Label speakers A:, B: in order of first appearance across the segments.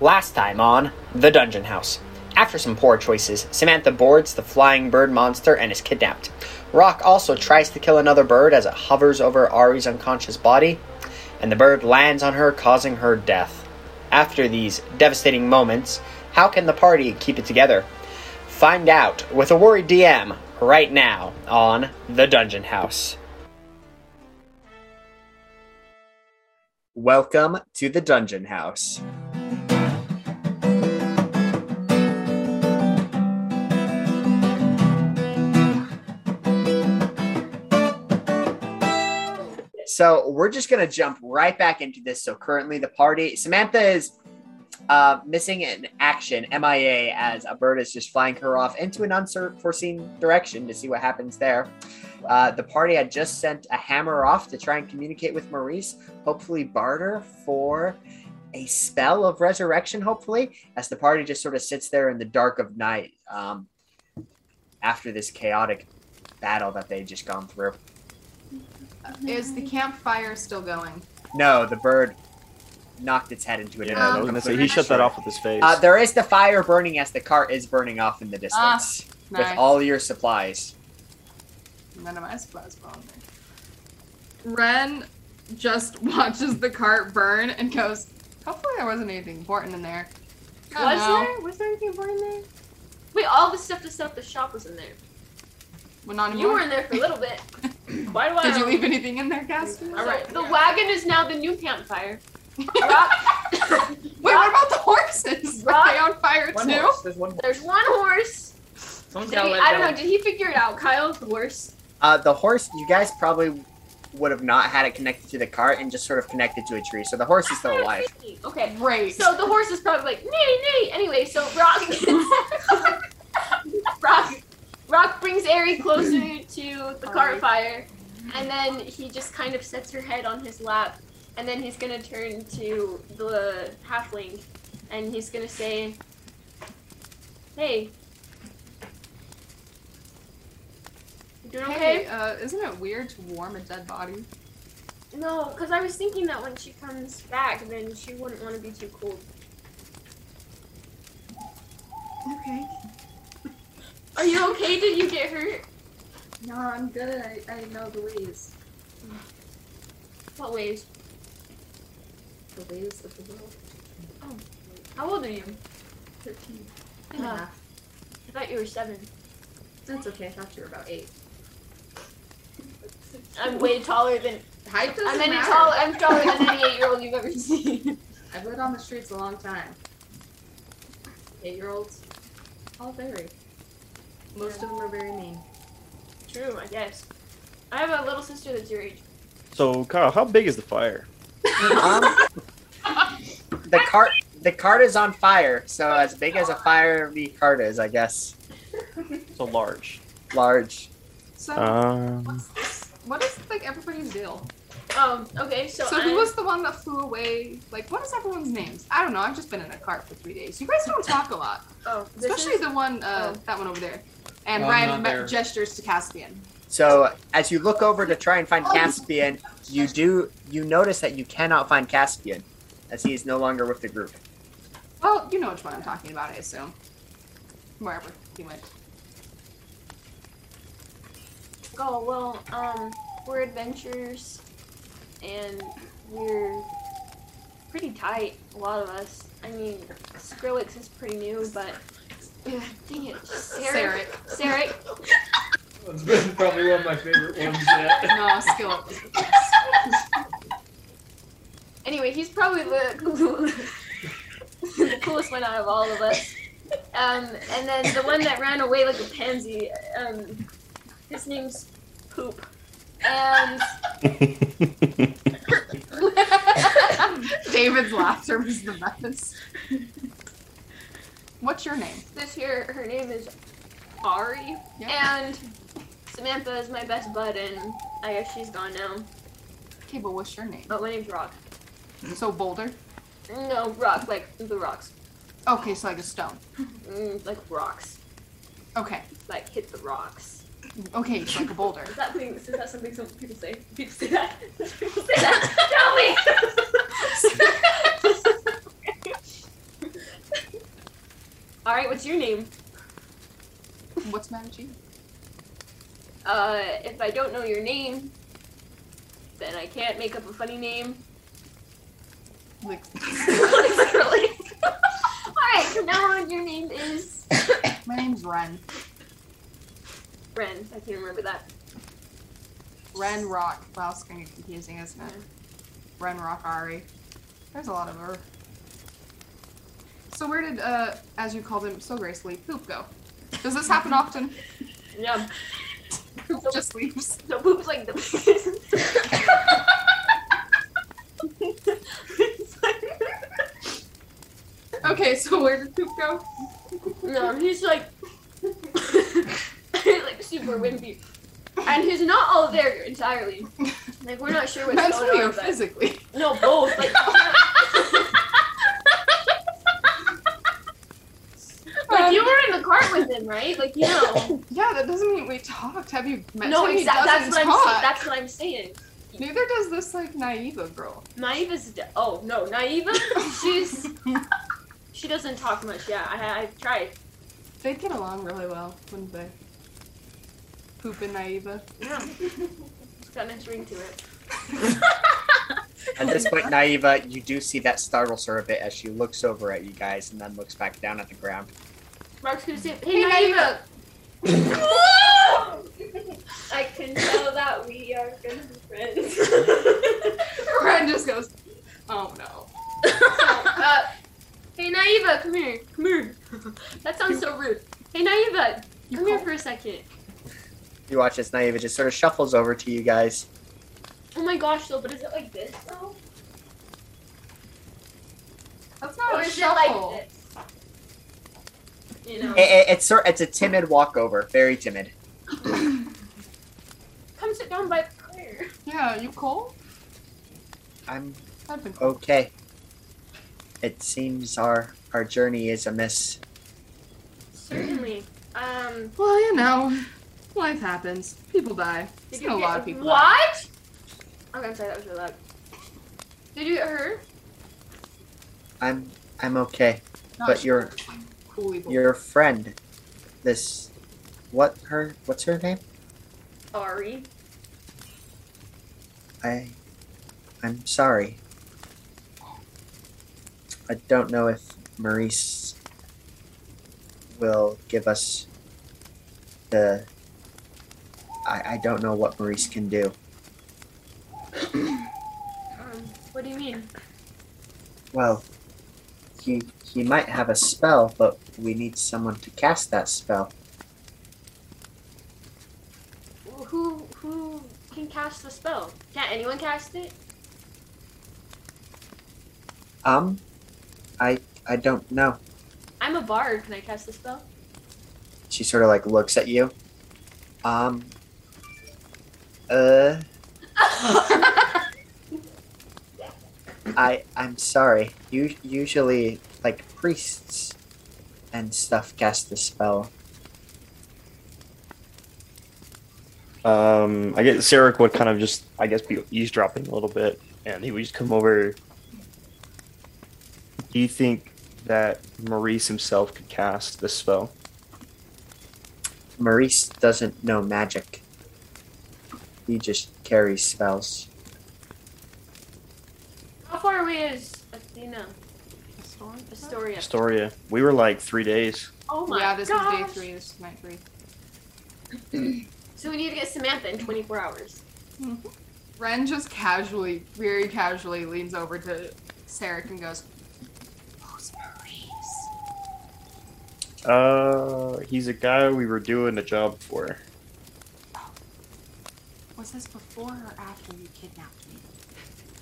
A: Last time on The Dungeon House. After some poor choices, Samantha boards the flying bird monster and is kidnapped. Rock also tries to kill another bird as it hovers over Ari's unconscious body, and the bird lands on her, causing her death. After these devastating moments, how can the party keep it together? Find out with a worried DM right now on The Dungeon House. Welcome to The Dungeon House. So we're just gonna jump right back into this. So currently, the party Samantha is uh, missing in action, MIA, as a bird is just flying her off into an unforeseen direction to see what happens there. Uh, the party had just sent a hammer off to try and communicate with Maurice, hopefully barter for a spell of resurrection. Hopefully, as the party just sort of sits there in the dark of night um, after this chaotic battle that they just gone through.
B: Is the campfire still going?
A: No, the bird knocked its head into it.
B: Yeah,
A: and
B: I
A: it
B: was
A: completely
B: gonna say, he shut
A: destroyed.
C: with his face.
A: Uh, there is the fire burning as the cart is burning off in the
B: Ah,
A: distance
B: Nice.
A: with all your supplies.
B: None of my supplies were on there. Ren just watches the cart burn and goes, Hopefully there wasn't anything important in there. I don't
D: Was
B: know.
D: there? Was there anything important in there? Wait, all the stuff to set up the shop was in there.
B: Well, not
D: You
B: anymore.
D: were in there for a little bit. Quite a while.
B: Did you leave anything in there, Cassidy?
D: All right. The wagon is now the new campfire.
B: Wait, what about the horses? Were they on fire too?
E: There's one
D: There's one horse.
E: Someone's
D: Did he-
E: gotta let
D: I don't
E: go.
D: know. Did he figure it out, Kyle? The horse.
A: Uh, the horse, you guys probably would have not had it connected to the cart and just sort of connected to a tree. So the horse is still alive.
D: Okay.
B: Great.
D: So the horse is probably like, nay, nay. Anyway, so Rock, Rock, Rock brings Ari closer to the cart
B: Ari.
D: fire, and then he just kind of sets her head on his lap, and then he's gonna turn to the halfling, and he's gonna say, "Hey, you doing okay?"
B: Hey, uh, isn't it weird to warm a dead body?
D: No, because I was thinking that when she comes back, then she wouldn't want to be too cold.
B: Okay.
D: Are you okay? Did you get hurt?
B: No, I'm good. I, I know the ways.
D: What ways?
B: The ways of the world.
D: How old are you?
B: 13
D: and a half. I thought you were seven.
B: That's okay. I thought you were about eight.
D: I'm way taller than
B: Height doesn't
D: I'm any
B: matter.
D: taller I'm taller than any eight year old you've ever seen.
B: I've lived on the streets a long time. Eight year olds, all very. Most of them are very mean.
D: True, I guess. I have a little sister that's your age.
C: so, Kyle, how big is the fire?
A: Um, the cart, the cart is on fire. So as big as a fire the cart is, I guess,
C: So large.
A: large.
B: So,
C: Um,
B: what's this? What is like everybody's deal?
D: Um, okay, so,
B: So,
D: I'm-
B: who was the one that flew away? Like, what is everyone's names? I don't know. I've just been in a cart for three days. You guys don't talk a lot,
D: oh, this
B: especially
D: is- Oh.
B: the one, uh, that one over there. And
E: Oh,
B: Ryan
E: not
B: me-
E: there.
B: gestures to Caspian.
A: So as you look over to try and find Caspian, you do you notice that you cannot find Caspian, as he is no longer with the group.
B: Well, you know which one I'm talking about, I assume. Wherever he went.
D: Oh well, um, we're adventurers and we're pretty tight, a lot of us. I mean Skrillex is pretty new, but yeah, dang it. Sarah.
B: Sarek.
D: Sarah.
E: It's been probably one of my favorite ones yet.
B: No, skill.
D: Anyway, he's probably the, the coolest one out of all of us. Um, and then the one that ran away like a pansy, um, his name's Poop. And
B: David's laughter was the best. What's your name?
D: this here, her name is Ari. And Samantha is my best bud, and I guess she's gone now.
B: Okay, but what's your name?
D: But my name's Rock.
B: So Boulder.
D: No, Rock, like the rocks.
B: Okay, so like a stone.
D: Mm, like rocks.
B: Okay.
D: Like hit the rocks.
B: Okay, so like a boulder.
D: Is that, thing, is that something some people say? People say that? People say that? Tell me! All right, what's your name?
B: What's mad at you?
D: Uh, if I don't know your name, then I can't make up a funny name.
B: Like,
D: Literally. All right, from now on, your name is
B: my name's Ren.
D: Ren. I can remember that.
B: Ren Rock. Wow, it's gonna get confusing, isn't it? Ren Rock Ari. There's a lot of her. So where did, uh, as you called him so gracefully, Poop go? Does this happen often?
D: Yeah.
B: Poop just leaves.
D: So poop's like the biggest. It's like-
B: Okay, so where did Poop go?
D: no, he's like, he's like super wimpy, and he's not all there entirely. Like we're not sure what's
B: Mentally
D: going
B: or
D: on. but-
B: physically?
D: No, both. Like, like you were in the cart with him, right? Like you know.
B: Yeah, that doesn't mean we talked. Have you met
D: no,
B: someone who
D: exactly. That's
B: doesn't
D: what I'm
B: talk?
D: saying. That's what I'm saying.
B: Neither does this like naiva girl.
D: Naiva's. De- oh no, Naiva. She's. she doesn't talk much. Yeah, I, I've tried.
B: They'd get along really well, wouldn't they? Poop and naiva.
D: Yeah. It's got a nice ring to it.
A: At this point, Naiva, you do see that startles her a bit as she looks over at you guys and then looks back down at the ground.
D: Mark's gonna say, "Hey,
B: Hey,
D: Naiva." I can tell that we are gonna be friends.
B: Ren just goes, oh no.
D: uh, hey, Naiva, come here. Come here. That sounds so rude. Hey, Naiva,
B: You
D: come here
B: call-
D: for a second.
A: You watch as Naiva just sort of shuffles over to you guys.
D: Oh my gosh, though, but is it like this though?
B: That's not
D: or
B: a
D: is
B: shuffle.
D: it like this? You know.
A: It,
B: Eh,
A: it, it's sort it's a timid walkover, very timid.
B: eh.
D: Come sit down by Claire.
B: yeah, you cold?
A: I'm
B: I've been cold.
A: okay. It seems our our journey is amiss.
D: Certainly. Um.
B: Well, you know, life happens. People die.
D: Did
B: Seen
D: you
B: a
D: get-
B: lot of people. die.
D: What? Okay, I'm sorry, that was really loud. Did you get hurt?
A: I'm I'm okay.
B: Not
A: But
B: sure.
A: you're
B: Cool evil.
A: your friend. This what her what's her name?
D: Ari.
A: I I'm sorry. I don't know if Maurice will give us the I, I don't know what Maurice can do.
D: Um, what do you mean?
A: Well, he he might have a spell, but we need someone to cast that spell.
D: Who who can cast the spell? Can't anyone cast it?
A: Um I I don't know.
D: I'm a bard. Can I cast the spell?
A: She sort of like looks at you. Um uh I I'm sorry. You usually like priests and stuff cast the spell.
C: Um, I guess Sarah would kind of just, I guess, be eavesdropping a little bit, and he would just come over. Do you think that Maurice himself could cast this spell?
A: Maurice doesn't know magic. He just carries spells.
D: How far away is Athena?
B: Storm?
D: Astoria.
C: Astoria. We were like three days.
D: Oh my
B: Yeah, this
D: gosh.
B: is day three. This is night three.
D: So we need to get Samantha in 24 hours.
B: Ren just casually, very casually, leans over to Sarek and goes, "Who's Maurice?"
C: Uh, he's a guy we were doing a job for.
B: Was this before or after you kidnapped me?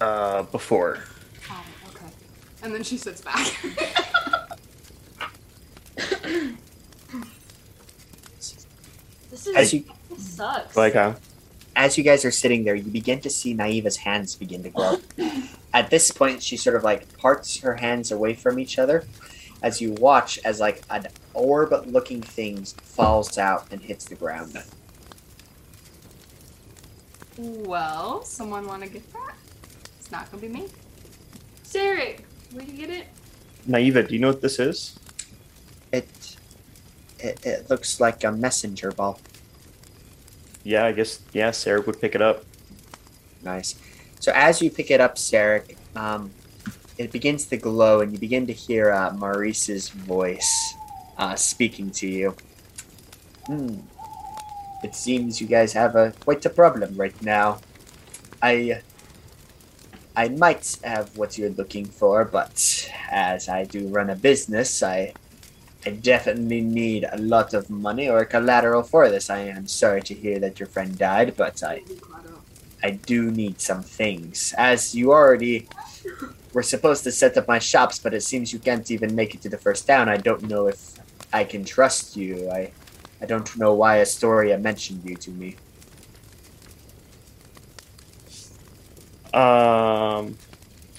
C: Uh, before.
B: Oh, okay. And then she sits back.
D: This is
A: As you
D: this sucks.
C: Like, uh, huh?
A: as you guys are sitting there, you begin to see Naiva's hands begin to grow. At this point, she sort of like parts her hands away from each other as you watch as like an orb looking thing falls out and hits the ground.
B: well, someone want to get that? It's not gonna be me.
D: Sarek, will you get it?
C: Naiva, do you know what this is?
A: It, it it looks like a messenger ball.
C: Yeah, I guess yeah, Sarah would pick it up.
A: Nice. So as you pick it up, Sarek, um, it begins to glow, and you begin to hear uh, Maurice's voice uh, speaking to you. Hmm. It seems you guys have a quite a problem right now. I I might have what you're looking for, but as I do run a business, I I definitely need a lot of money or collateral for this. I am sorry to hear that your friend died, but I I do need some things. As you already were supposed to set up my shops, but it seems you can't even make it to the first town. I don't know if I can trust you. I, I don't know why Astoria mentioned you to me.
C: Um,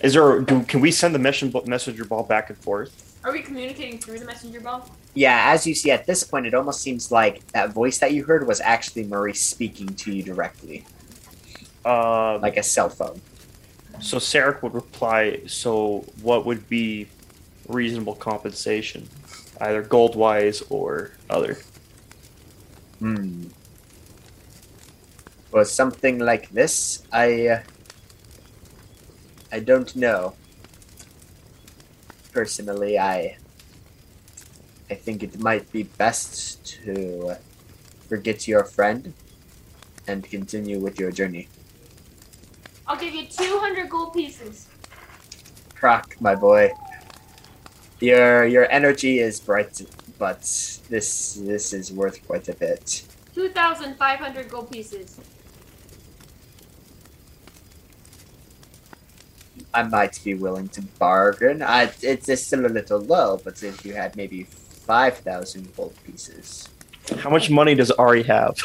C: is there? Do, can we send the mission messenger ball back and forth?
D: Are we communicating through the messenger ball?
A: Yeah, as you see at this point, it almost seems like that voice that you heard was actually Maurice speaking to you directly,
C: Uh,
A: like a cell phone.
C: so Sarek would reply. So what would be reasonable compensation, either gold wise or other?
A: Hmm. For something like this, I. Uh, I don't know. Personally, I. I think it might be best to uh, forget your friend and continue with your journey.
D: I'll give you 200 gold pieces.
A: Croc, my boy. Your your energy is bright, but this this is worth quite a bit.
D: 2,500 gold pieces.
A: I might be willing to bargain. I, it's, it's still a little low, but if you had maybe 5,000 gold pieces.
C: How much money does Ari have?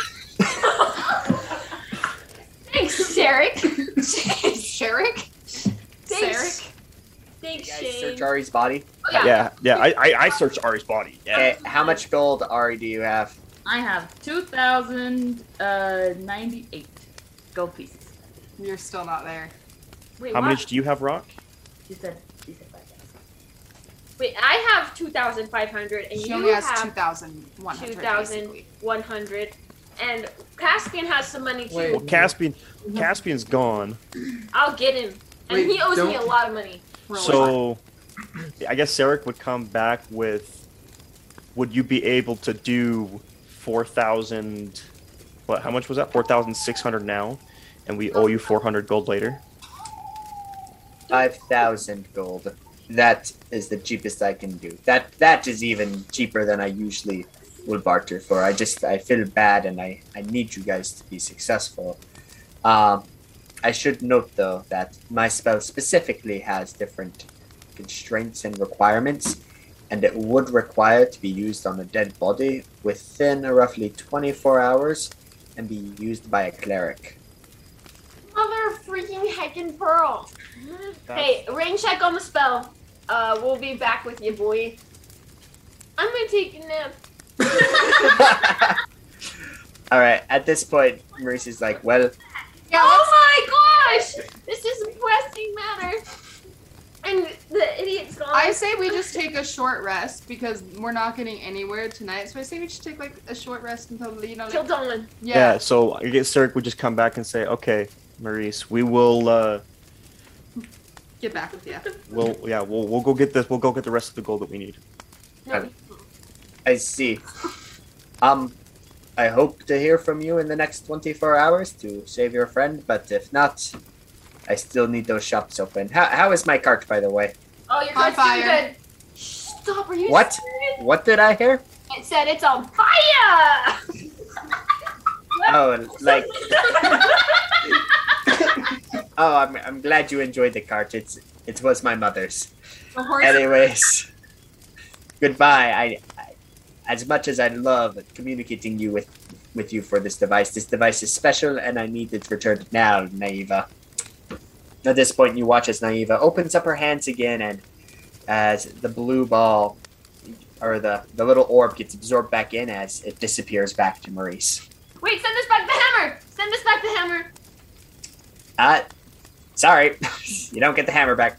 D: Thanks, Sarek.
B: Sherrick?
D: Thanks.
B: Sarek?
D: Thanks,
A: You guys search
D: Shane. Oh,
A: Ari's body.
D: Yeah.
C: yeah. I, I, I searched Ari's body. Yeah.
A: Okay, how much gold, Ari, do you have?
F: I have 2,098 gold pieces.
B: You're still not there.
D: Wait,
C: How
D: what?
C: much do you have, Rock?
F: She said, she said 5,000.
D: Wait, I have 2,500 and
B: She
D: you
B: only has
D: have
B: 2,100.
D: 2,000.
B: basically.
D: 100. And Caspian has some money too.
E: Wait.
C: Well, Caspian, Caspian's gone.
D: I'll get him. And
E: Wait,
D: he owes me a
E: don't-
D: lot of money.
B: Roll it.
C: So, I guess Sarek would come back with, would you be able to do four thousand? What? How much was that? Four thousand six hundred now, and we owe you four hundred gold later.
A: 5,000 gold. That is the cheapest I can do. That That is even cheaper than I usually will barter for. I just, I feel bad and I, I need you guys to be successful. Um, I should note though that my spell specifically has different constraints and requirements, and it would require to be used on a dead body within roughly 24 hours and be used by a cleric.
D: Mother freaking heckin' pearl. Hey, rain check on the spell. Uh, we'll be back with you, boy. I'm gonna take a nap.
A: All right, at this point, Maurice is like, well,
B: Yeah, let's-
D: oh my gosh! This is pressing matter. And the idiot's gone.
B: I say we just take a short rest because we're not getting anywhere tonight. So I say we should take like a short rest until you know.
D: Till
B: Like,
D: dawn.
C: Yeah.
B: yeah.
C: so I guess Sarek would just come back and say, okay, Maurice, we will. Uh,
B: Get back with
D: Uh,
B: you.
C: we'll yeah, we'll we'll go get this. We'll go get the rest of the gold that we need.
D: No.
A: I see. Um, I hope to hear from you in the next 24 hours to save your friend, but if not, I still need those shops open. How, how is my cart, by the way?
D: Oh, your
B: On
D: car's doing
B: fire.
D: good. Shh, stop. Are you
A: What?
D: serious?
A: What did I hear?
D: It said it's on fire.
A: Oh, like, oh, I'm, I'm glad you enjoyed the cart. It's it was my mother's.
B: The horse.
A: Anyways, goodbye. I, I, as much as I love communicating you with with you for this device, this device is special, and I need it returned now, Naiva. At this point, you watch as Naiva opens up her hands again, and as the blue ball or the the little orb gets absorbed back in, as it disappears back to Maurice.
D: Wait, send this back the hammer. Send this back the hammer.
A: Uh, sorry, you don't get the hammer back.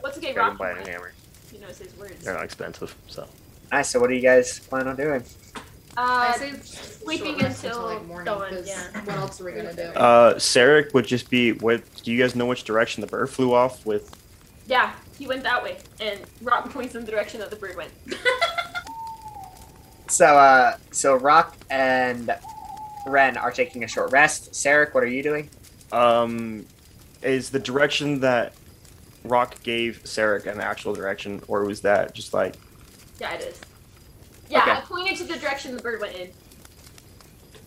D: What's okay,
C: Got 'em
D: Rock?
C: by a hammer.
D: He knows his words.
C: They're not expensive, so
A: Nice. So, what do you guys plan on doing?
D: Uh,
B: I say
D: sleeping
B: short rest
D: until
B: like morning.
D: dawn,
B: 'cause
D: yeah.
B: What else are we gonna do?
C: Uh, Sarek would just be. What do you guys know? Which direction the bird flew off with?
D: yeah, he went that way, and Rock points in the direction that the bird went.
A: So, uh, so Rock and Ren are taking a short rest. Sarek, what are you doing?
C: Um, is the direction that Rock gave Sarek an actual direction, or was that just like?
D: yeah, it is. Yeah,
A: Okay.
D: I pointed to the direction the bird went in.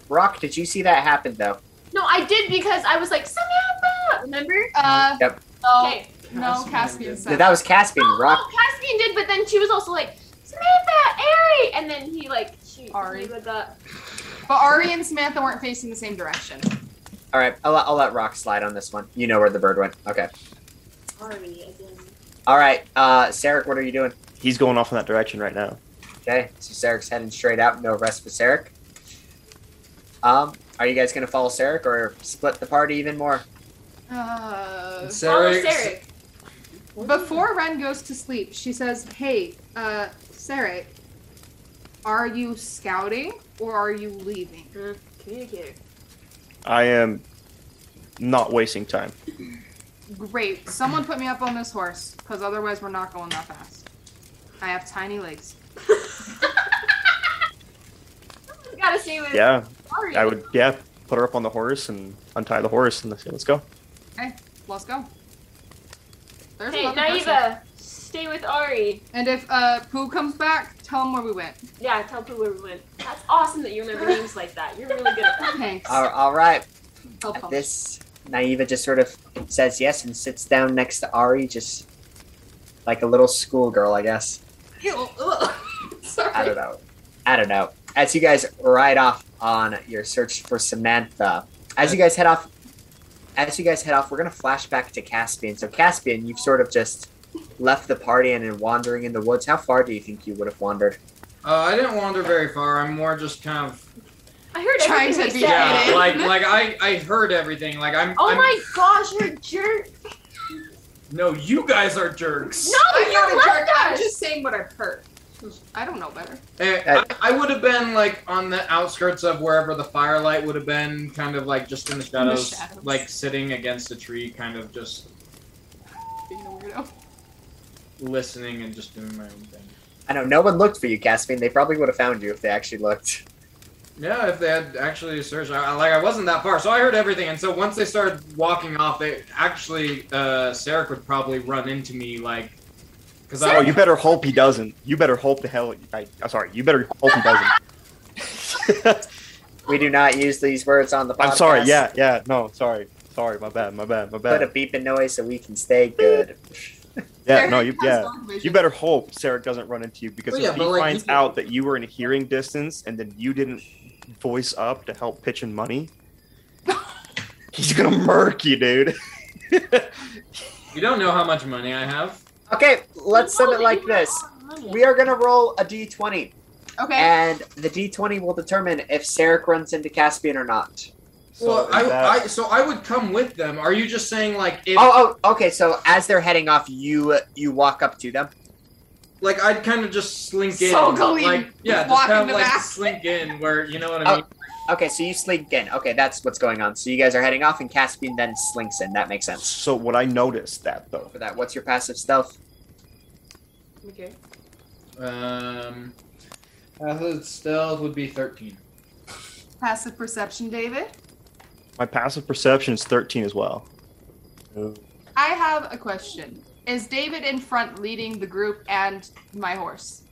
A: Rock, did you see that happen though?
D: No, I did because I was like Samantha. Remember?
B: Uh,
A: Yep.
B: no,
D: Okay.
B: no,
E: Caspian
B: Caspian
E: did.
B: said.
A: That was Caspian.
D: No,
A: Rock.
D: no, Caspian did, but then she was also like Samantha, Ari, and then he like she
B: Ari.
D: he was uh, up.
B: But Ari and Samantha weren't facing the same direction.
A: All right, I'll, I'll let Rock slide on this one. You know where the bird went. Okay.
D: Ari again.
A: All right, uh, Sarek, what are you doing?
C: He's going off in that direction right now.
A: Okay, so Sarek's heading straight out. No rest for Sarek. Um, are you guys gonna follow Sarek or split the party even more?
B: Uh,
D: Follow
E: Sarek,
D: Sarek.
B: before Ren goes to sleep, she says, "Hey, uh, Sarek, are you scouting or are you leaving?"
D: Communicator.
C: I am not wasting time.
B: Great. Someone put me up on this horse, because otherwise we're not going that fast. I have tiny legs.
D: Gotta see what
C: Yeah,
D: Ari.
C: I would. Yeah, put her up on the horse and untie the horse and let's, let's go.
B: Let's go. There's
D: Hey,
B: another person.
D: Naiva, stay with Ari.
B: And if uh, Pooh comes back, tell him where we went.
D: Yeah, tell Pooh where we went. That's awesome that you remember names like that. You're really good at that.
B: Thanks.
A: All, all right,
B: I'll
A: at
B: come.
A: this Naiva just sort of says yes and sits down next to Ari, just like a little schoolgirl, I guess.
B: Ew, ugh. Sorry.
A: I don't know. I don't know. As you guys ride off on your search for Samantha, as you guys head off, as you guys head off, we're gonna flash back to Caspian. So Caspian, you've sort of just left the party and are wandering in the woods. How far do you think you would have wandered?
E: Uh, I didn't wander very far. I'm more just kind of
D: I heard
B: Trying
D: everything
B: to
D: we
B: be
D: said.
E: yeah,
B: it.
E: like like I I heard everything. Like I'm.
D: Oh
E: I'm-
D: my gosh, you're a jerk.
E: No, you guys are jerks.
D: No,
B: I'm not
D: you
B: a jerk.
D: left
B: I'm
D: us.
B: just saying what I've heard. I don't know better.
E: Eh, I, I would have been like on the outskirts of wherever the firelight would have been, kind of like just in the shadows,
B: shadows.
E: like sitting against a tree, kind of just
B: Being a weirdo.
E: listening and just doing my own thing.
A: I know no one looked for you, Caspian. They probably would have found you if they actually looked.
E: Yeah, if they had actually searched, I, I- like I wasn't that far, so I heard everything. And so once they started walking off, they actually, uh, Sarek would probably run into me, like, because I
C: Oh, you better hope he doesn't. You better hope the hell. I, I'm sorry. You better hope he doesn't.
A: We do not use these words on the podcast.
C: I'm sorry. Yeah, yeah. No, sorry. Sorry. My bad. My bad. My
A: Put a
C: bad.
A: beeping noise so we can stay good.
C: Yeah.
B: There
C: No. You.
B: has
C: Yeah.
B: long vision.
C: You better hope Sarah doesn't run into you because
E: Well,
C: if
E: yeah,
C: he
E: but, like,
C: finds
E: he can-
C: out that you were in hearing distance and then you didn't voice up to help pitch in money, he's gonna murk you, dude.
E: you don't know how much money I have.
A: Okay, let's sum it like this. We are gonna roll a d20.
B: Okay.
A: and the d20 will determine if Sarek runs into Caspian or not.
C: So
E: well, I,
C: that-
E: I, so I would come with them. Are you just saying like if,
A: Oh, oh, okay. So as they're heading off, you you walk up to them.
E: like I'd kind of just slink in,
B: So go in,
E: like, yeah,
B: walk
E: just
B: in
E: kind
B: the
E: of like
B: back.
E: slink in where you know what I mean.
A: Okay, so you slink in. Okay, that's what's going on. So you guys are heading off, and Caspian then slinks in. That makes sense.
C: so what I noticed that though.
A: For that, what's your passive stealth?
B: Okay. Oh.
E: Um, athlete stealth would be thirteen.
B: Passive perception, David.
C: My passive perception is 13 as well.
E: Oh.
B: I have a question. Is David in front leading the group and my horse?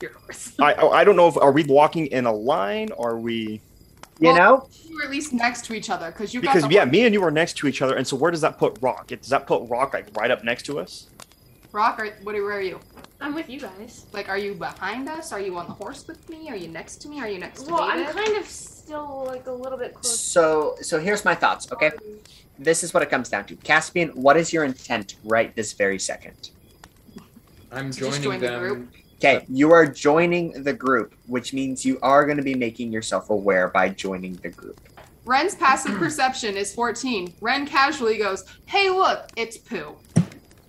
B: Your horse.
C: I oh, I don't know if are we walking in a line? Are we
A: You
B: Well,
A: know,
B: You were at least next to each other because you got
C: because
B: the
C: yeah, me and you are next to each other, and so where does that put Rock? It, does that put Rock like right up next to us?
B: rock. Or what? are- Where are you?
D: I'm with you guys.
B: Like, are you behind us? Are you on the horse with me? Are you next to me? Are you next to
D: Well, I'm
B: David?
D: kind of still like a little bit close.
A: so so here's my thoughts. Okay, this is what it comes down to. Caspian, what is your intent right this very second?
E: I'm
B: So just join
E: joining
B: the
E: them.
B: group?
A: Okay, you are joining the group, which means you are going to be making yourself aware by joining the group.
B: Ren's passive perception is 14. Ren casually goes, "Hey, look, it's poo."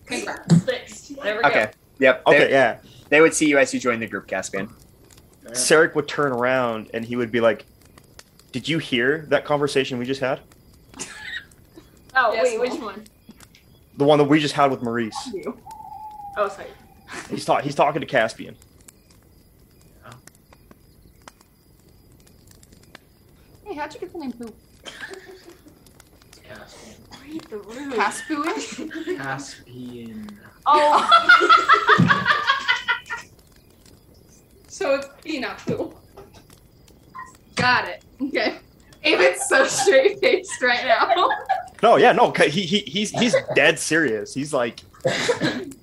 B: Congrats.
D: Six. There we go.
A: Okay. Yep.
C: Okay, yeah.
A: They would see you as you join the group, Caspian.
C: Sarek would turn around and he would be like, "Did you hear that conversation we just had?
D: Oh,
B: Yes,
D: wait,
B: Mom.
D: which one?
C: The one that we just had with Maurice?
B: You.
D: Oh, sorry.
C: He's talk. He's talking to Caspian.
B: Hey, how'd you get the name Pooh?
E: Caspian.
D: Read the room.
B: Caspooing?
E: Caspian.
D: Oh,
G: So it's peanut poo.
B: Got it. Okay. David's so straight faced right now.
C: No, yeah, no. ca- He, he he's he's dead serious. He's like,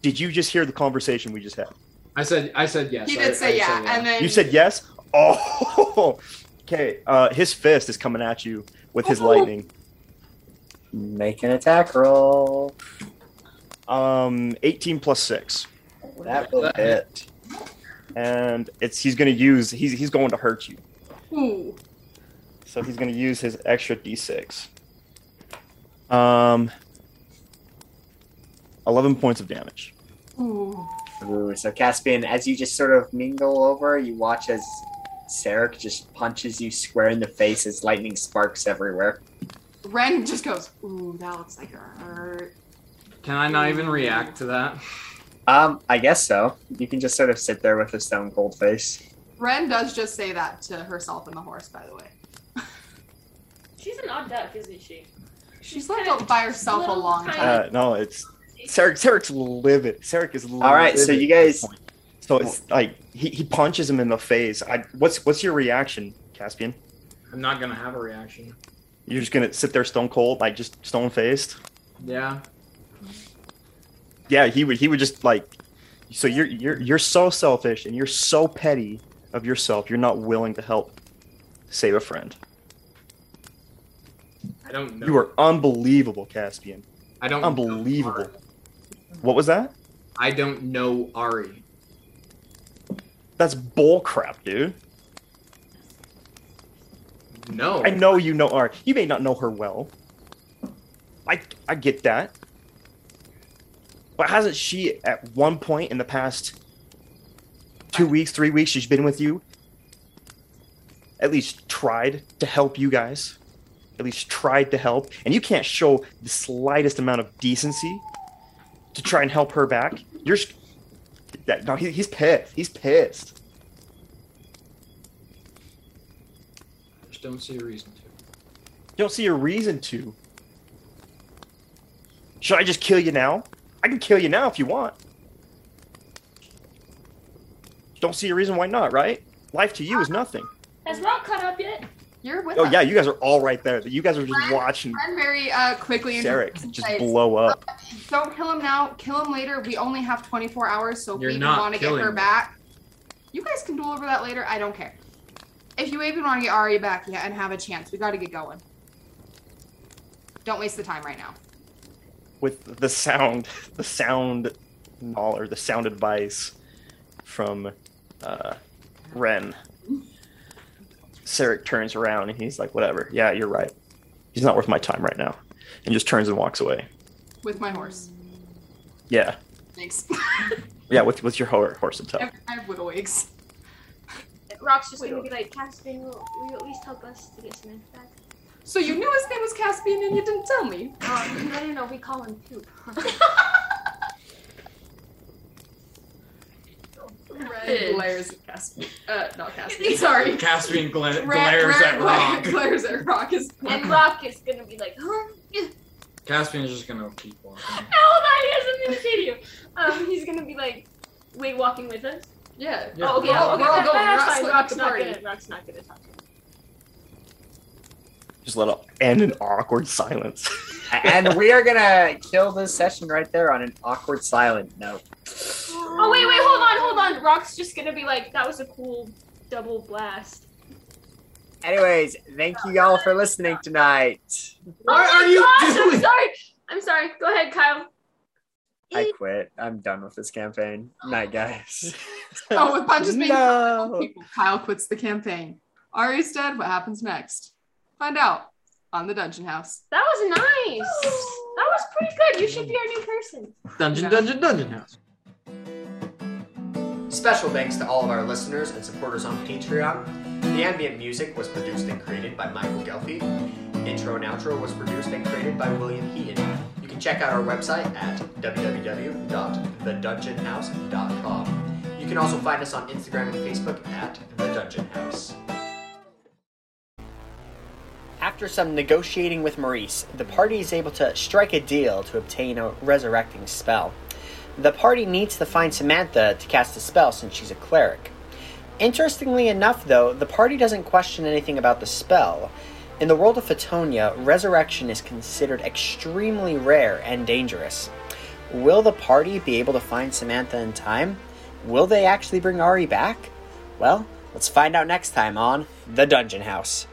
C: "Did you just hear the conversation we just had?
E: I said I said yes.
B: he
E: I-
B: did say
E: I
B: yeah, and then
C: You said yes. Oh, okay. Uh, his fist is coming at you with his
B: Oh.
C: lightning.
A: Make an attack roll.
C: Um, 18 plus six,
A: That will hit.
C: and it's he's gonna use. He's he's going to hurt you.
B: Ooh.
C: So he's going to use his extra d6. Um, 11 points of damage.
B: Ooh.
A: Ooh, so Caspian, as you just sort of mingle over, you watch as Sarek just punches you square in the face as lightning sparks everywhere.
B: Ren just goes, Ooh, that looks like a hurt.
E: Can I not even react to that?
A: Um, I guess so. You can just sort of sit there with a stone cold face.
B: Ren does just say that to herself and the horse, by the way.
D: she's an odd duck, isn't she?
B: She's left out by herself a
D: Little
B: long
D: tiny-
B: time.
C: Uh, no, it's Sarek. Sarek's livid. Sarek is livid.
A: All right, so you guys,
C: So it's like he, he punches him in the face. I, what's what's your reaction, Caspian?
E: I'm not gonna have a reaction.
C: You're just gonna sit there stone cold, like just stone faced.
E: Yeah.
C: Yeah, he would he would just like. So you're you're you're so selfish and you're so petty of yourself. You're not willing to help save a friend.
E: I don't know.
C: You are unbelievable, Caspian.
E: I don't know
C: Unbelievable.
E: Ari.
C: What was that?
E: I don't know Ari.
C: That's bull crap, dude.
E: No.
C: I know you know Ari. You may not know her well. I I get that. But hasn't she at one point in the past two weeks, three weeks she's been with you? At least tried to help you guys. At least tried to help. And you can't show the slightest amount of decency to try and help her back. You're s- that, no, he, he's pissed. He's pissed.
E: I just don't see a reason to.
C: You don't see a reason to. Should I just kill you now? I can kill you now if you want. Don't see a reason why not, right? Life to you is nothing.
D: Has Rock caught up yet?
B: You're with
C: Oh
B: us.
C: yeah, you guys are all right there. You guys are just
B: Right,
C: watching
B: Ren very uh, quickly
C: Derek
B: interrupts and
C: just
B: says,
C: blow up.
B: Don't kill him now. Kill him later. We only have 24 hours, so if
E: You're
B: we
E: not
B: want to get
E: killing
B: her
E: me.
B: back. You guys can duel over that later. I don't care. If you even want to get Ari back, yeah, and have a chance, we got to get going. Don't waste the time right now.
C: with the sound, the sound knoll or the sound advice from uh, Ren. Sarek turns around and he's like, "Whatever, yeah, you're right. He's not worth my time right now," and just turns and walks away.
B: With my horse.
C: Yeah,
B: Thanks.
C: yeah, with with your ho- horse and
B: I
C: tub.
B: have little wigs.
D: Rock's just gonna be like, Caspian, will, will you at least help us to get Samantha back?
B: So you knew his name was Caspian and you didn't tell me.
D: Um, I don't know, we call him Poop.
B: Red glares at Caspian. Uh, not Caspian. Sorry.
E: Caspian gla-
B: Red-
E: glares
B: red
E: at
B: glare-
E: Rock.
B: glares at Rock is
D: and Rock is gonna be like, huh? Yeah.
E: Caspian's just gonna keep walking.
D: No, that is, I'm gonna kill you. Um, he's gonna be like, wait, walking with us?
B: Yeah.
E: Yeah.
D: Oh, okay,
E: We're all-
D: okay,
B: we're all
D: that-
B: going,
D: that's
B: we're not splitting
D: fine. Rock's
B: the
D: not
B: party.
D: gonna, Rock's not gonna talk to him.
C: Just let up and an awkward silence.
A: and we are gonna kill this session right there on an awkward silent note.
D: Oh, wait, wait, hold on, hold on. Rock's just gonna be like, that was a cool double blast.
A: Anyways, thank you all for listening tonight.
D: oh my
E: What are you
D: gosh, I'm
E: doing?
D: sorry. I'm sorry. Go ahead, Kyle.
A: I quit. I'm done with this campaign. Night, guys.
B: Oh, with punches being
C: No.
B: people, Kyle quits the campaign. Ari's dead. What happens next? Find out on the Dungeon House.
D: That was nice. That was pretty good. You should be our new person.
E: Dungeon,
B: Yeah.
E: dungeon, dungeon house.
A: Special thanks to all of our listeners and supporters on Patreon. The ambient music was produced and created by Michael Gelfi. Intro and outro was produced and created by William Heaton. You can check out our website at www.thedungeonhouse.com. You can also find us on Instagram and Facebook at The Dungeon House. After some negotiating with Maurice, the party is able to strike a deal to obtain a resurrecting spell. The party needs to find Samantha to cast a spell since she's a cleric. Interestingly enough, though, the party doesn't question anything about the spell. In the world of Fatonia, resurrection is considered extremely rare and dangerous. Will the party be able to find Samantha in time? Will they actually bring Ari back? Well, let's find out next time on The Dungeon House.